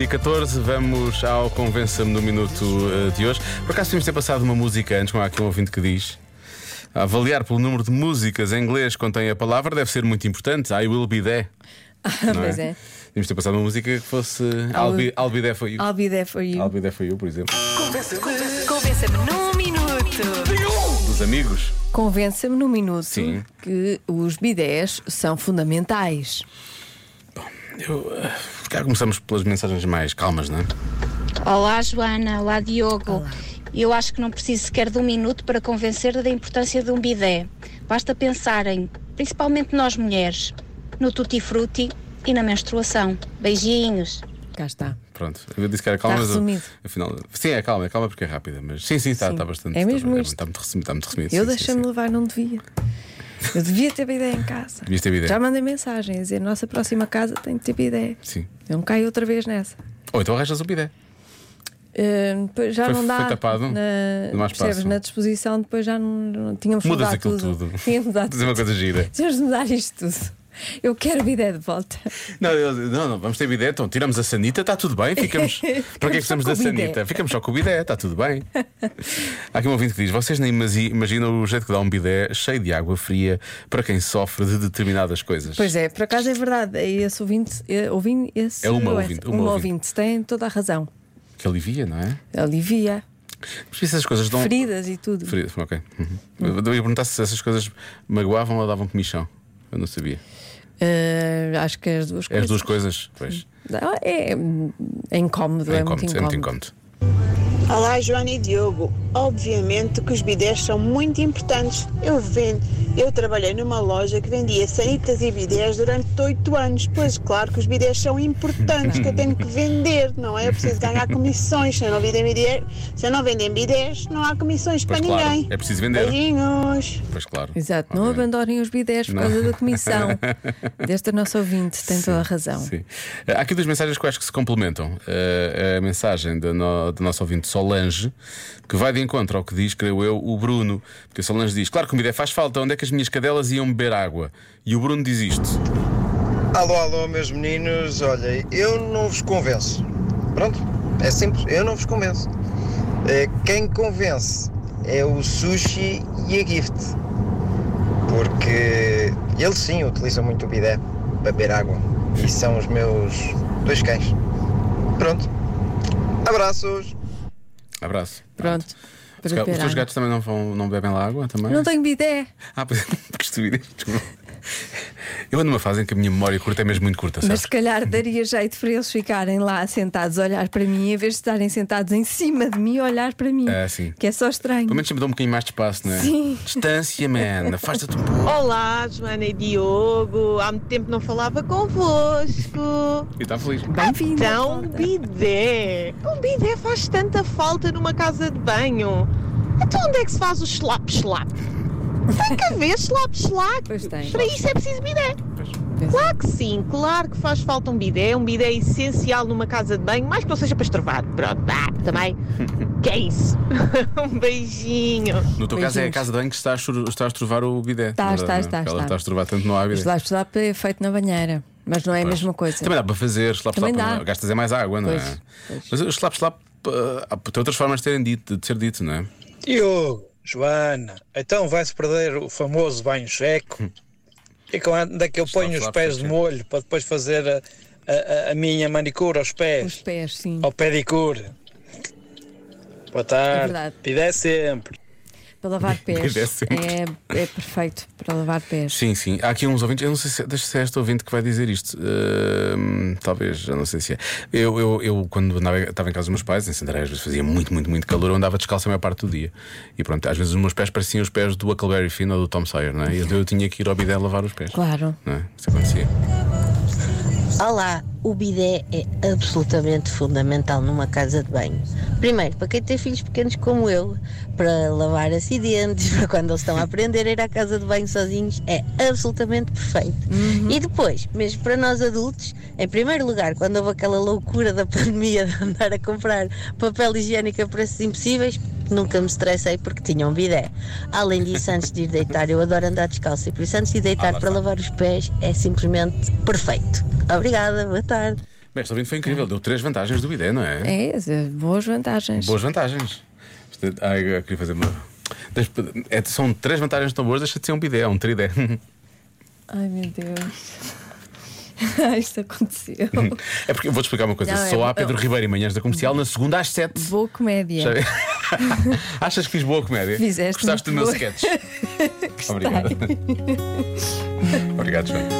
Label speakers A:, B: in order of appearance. A: E 14, vamos ao Convença-me no Minuto eh, de hoje. Por acaso tínhamos ter passado uma música antes, como há aqui um ouvinte que diz. A Avaliar pelo número de músicas em inglês que contém a palavra deve ser muito importante. I will be there. não
B: pois é.
A: Tínhamos ter passado uma música que fosse I'll,
B: I'll-
A: be, I'll Be there for you.
B: I'll be there for you.
A: I'll be there for you, por exemplo.
C: Convença-me num minuto.
A: Dos amigos.
B: Convença-me num minuto
A: Sim.
B: que os bidés são fundamentais.
A: Eu, eh, cá começamos pelas mensagens mais calmas, não é?
D: Olá, Joana. Olá, Diogo. Eu acho que não preciso sequer de um minuto para convencer da importância de um bidé. Basta pensarem, principalmente nós mulheres, no tutti-frutti e na menstruação. Beijinhos.
B: Cá está.
A: Pronto, eu disse que era calma,
B: Está
A: mas
B: Tá resumido.
A: afinal. Sim, é calma, é calma porque é rápida, mas sim, sim, está
B: Sim.
A: está bastante.
B: É
A: está-
B: mesmo isto.
A: Está muito resumido, está muito resumido.
B: Eu
A: sim, sim,
B: deixei-me
A: sim.
B: levar, não devia. Eu devia ter bidé em casa.
A: Devias ter bidé.
B: Já mandei mensagem a dizer: nossa próxima casa tem de ter bidé.
A: Sim.
B: Não cai outra vez nessa.
A: Ou então arranjas um bidé.
B: Ah, depois já
A: Foi-
B: não dá.
A: foi tapado?
B: Na,
A: Não há
B: percebes?
A: espaço.
B: Na disposição, depois já não, não- tínhamos de
A: Mudas
B: mudar
A: aquilo
B: tudo.
A: tudo.
B: Tínhamos de mudar
A: Dizer uma
B: tudo.
A: coisa gira.
B: Tínhamos de mudar isto tudo. Eu quero bidé de volta.
A: Não, eu- não, não, vamos ter bidé, então tiramos a sanita, está tudo bem, ficamos. Para que é que
B: Ficamos só
A: precisamos
B: com
A: da
B: o bidé.
A: sanita? Ficamos só com o bidé, está tudo bem. Há aqui um ouvinte que diz: vocês nem imagi- imaginam o jeito que dá um bidé cheio de água fria para quem sofre de determinadas coisas.
B: Pois é, por acaso é verdade. Esse ouvinte, eh, ouvinte esse,
A: É uma
B: ou
A: ouvinte,
B: essa-
A: uma
B: uma
A: ouvinte.
B: ouvinte, tem toda a razão.
A: Que alivia, não é?
B: Alivia,
A: Mas essas coisas dão.
B: feridas e tudo.
A: Ferido, ok. Uhum. Eu ia perguntar se essas coisas magoavam ou davam comichão. Eu não sabia.
B: Eh, acho que as duas
A: É as
B: coisas.
A: duas coisas. Pois.
B: Ah, É, hum, é incómodo, é,
A: incómodo,
B: muito
A: é
B: incómodo.
A: muito incómodo.
E: Olá, Joana e Diogo. Obviamente que os bidés são muito importantes. Eu vendo, eu trabalhei numa loja que vendia sanitas e bidés durante oito anos. Pois claro que os bidés são importantes, que eu tenho que vender, não é? Eu preciso ganhar comissões. Se eu não vendem bidés, se eu não vendem bidés, não há comissões
A: Pois
E: para
A: claro,
E: ninguém.
A: é preciso vender.
E: Beijinhos.
A: Pois claro.
B: Exato, não
A: Obviamente.
B: abandonem os bidés por causa da comissão. Desta nossa ouvinte tem toda a razão.
A: Sim. Há aqui duas mensagens que eu acho que se complementam. Eh, a mensagem da, no, da nossa ouvinte Solange, que vai de encontro ao que diz, creio eu, o Bruno. Porque a Solange diz: Claro, comida é faz falta, onde é que as minhas cadelas iam beber água? E o Bruno diz isto.
F: Alô, alô, meus meninos. Olha, eu não vos convenço. Pronto, é simples, eu não vos convenço. Eh, Quem convence é o sushi e a gift. Porque eles sim utilizam muito o bidé para beber água. E são os meus dois cães. Pronto. Abraços.
A: Abraço.
B: Pronto.
A: Os, ga-
B: Para
A: os
B: beber
A: teus
B: água.
A: gatos também não, vão, não bebem lá água? Também?
B: Não tenho bidé.
A: Ah, pois que estupidez. desculpa. Eu ando numa fase em que a minha memória curta é mesmo muito curta,
B: Mas
A: sabes?
B: se calhar daria jeito para eles ficarem lá sentados a olhar para mim em vez de estarem sentados em cima de mim e olhar para mim.
A: Ah, sim.
B: Que é só estranho.
A: Pelo menos sempre dá um bocadinho mais de espaço, não é?
B: Sim.
A: Distância, man. Afasta-te um pouco.
G: Olá, Joana e Diogo. Há muito tempo não falava convosco.
A: E está feliz.
B: Bem-vindo.
G: Então, um bidé. Um bidé faz tanta falta numa casa de banho. Então, onde é que se faz o slap-slap? Tem que haver slap-slap.
B: Pois tem.
G: Para isso é preciso bidé. Claro que sim, claro que faz falta um bidé. Um bidé é essencial numa casa de banho, mais que não seja para estrovar. Pronto, vá, também. Que é isso. um beijinho.
A: No teu caso é a
B: Beijinhos.
A: casa de banho que está a, chur- está a estrovar o bidé.
B: Está,
A: na
B: está,
A: verdade,
B: está,
A: não é? Porque Ela
B: está.
A: está a estrovar tanto no há
B: Mas
A: bidé.
B: lá slap é feito na banheira, mas não é a mesma coisa.
A: Também dá para fazer, slap
B: Também
A: slap,
B: dá.
A: não é? gastas é mais água, não é?
B: Pois,
A: Mas o slap slap eh, há- tem outras formas de, terem dito, de ser dito, não é?
H: Diogo, Joana, então vai-se perder o famoso banho seco. E com a- onde é que eu
A: Hum. Está
H: ponho
A: a
H: os
A: falar
H: pés
A: por
H: de
A: quê?
H: molho para depois fazer a, a- a- a minha manicura aos
B: Os
H: pés?
B: pés, sim.
A: Oh,
H: Ao pedicure. Boa
B: É
H: tarde.
B: verdade.
H: Pidé sempre.
B: Para lavar pés.
A: Bidé sempre.
B: É, é perfeito para lavar pés.
A: Sim, sim. Há aqui uns ouvintes, eu não sei se, deixa se é este ouvinte que vai dizer isto. Ahm, talvez, eu não sei se é. Eu, eu, eu quando andava, estava em casa dos meus pais, em Santarém, às vezes fazia muito, muito, muito calor, eu andava descalço a maior parte do dia. E pronto, às vezes os meus pés pareciam os pés do Huckleberry Finn ou do Tom Sawyer, não é? E eu tinha que ir ao bidé lavar os pés.
B: Claro.
A: Não é? Isso acontecia.
I: Olá, o bidé é absolutamente fundamental numa casa de banho. Primeiro, para quem tem filhos pequenos como eu, para lavar acidentes, para quando eles estão a aprender a ir à casa de banho sozinhos, é absolutamente perfeito. E depois, mesmo para nós adultos, em primeiro lugar, quando houve aquela loucura da pandemia de andar a comprar papel higiênico a preços impossíveis, nunca me estressei porque tinha um bidé. Além disso, antes de ir deitar, eu adoro andar descalço e por isso, antes de deitar para lavar os pés, é simplesmente perfeito. Obrigada, boa tarde.
A: Bem, este ouvinte foi incrível, deu três vantagens do ID, não é?
B: É, é, boas vantagens.
A: Boas vantagens. Portanto, Ai, eu queria fazer uma. Deixa- é, são três vantagens tão boas, deixa de ser um bidé, um tridé.
B: Ai meu Deus. Ai, Isto aconteceu.
A: É porque eu vou-te explicar uma coisa:
B: Não, é
A: só há
B: bom.
A: Pedro Ribeiro e manhãs da comercial na segunda às sete.
B: Boa comédia.
A: Sabe? Achas que fiz boa comédia?
B: Fizeste
A: Gostaste do meu
B: muito
A: sketch? Obrigado. Obrigado, João.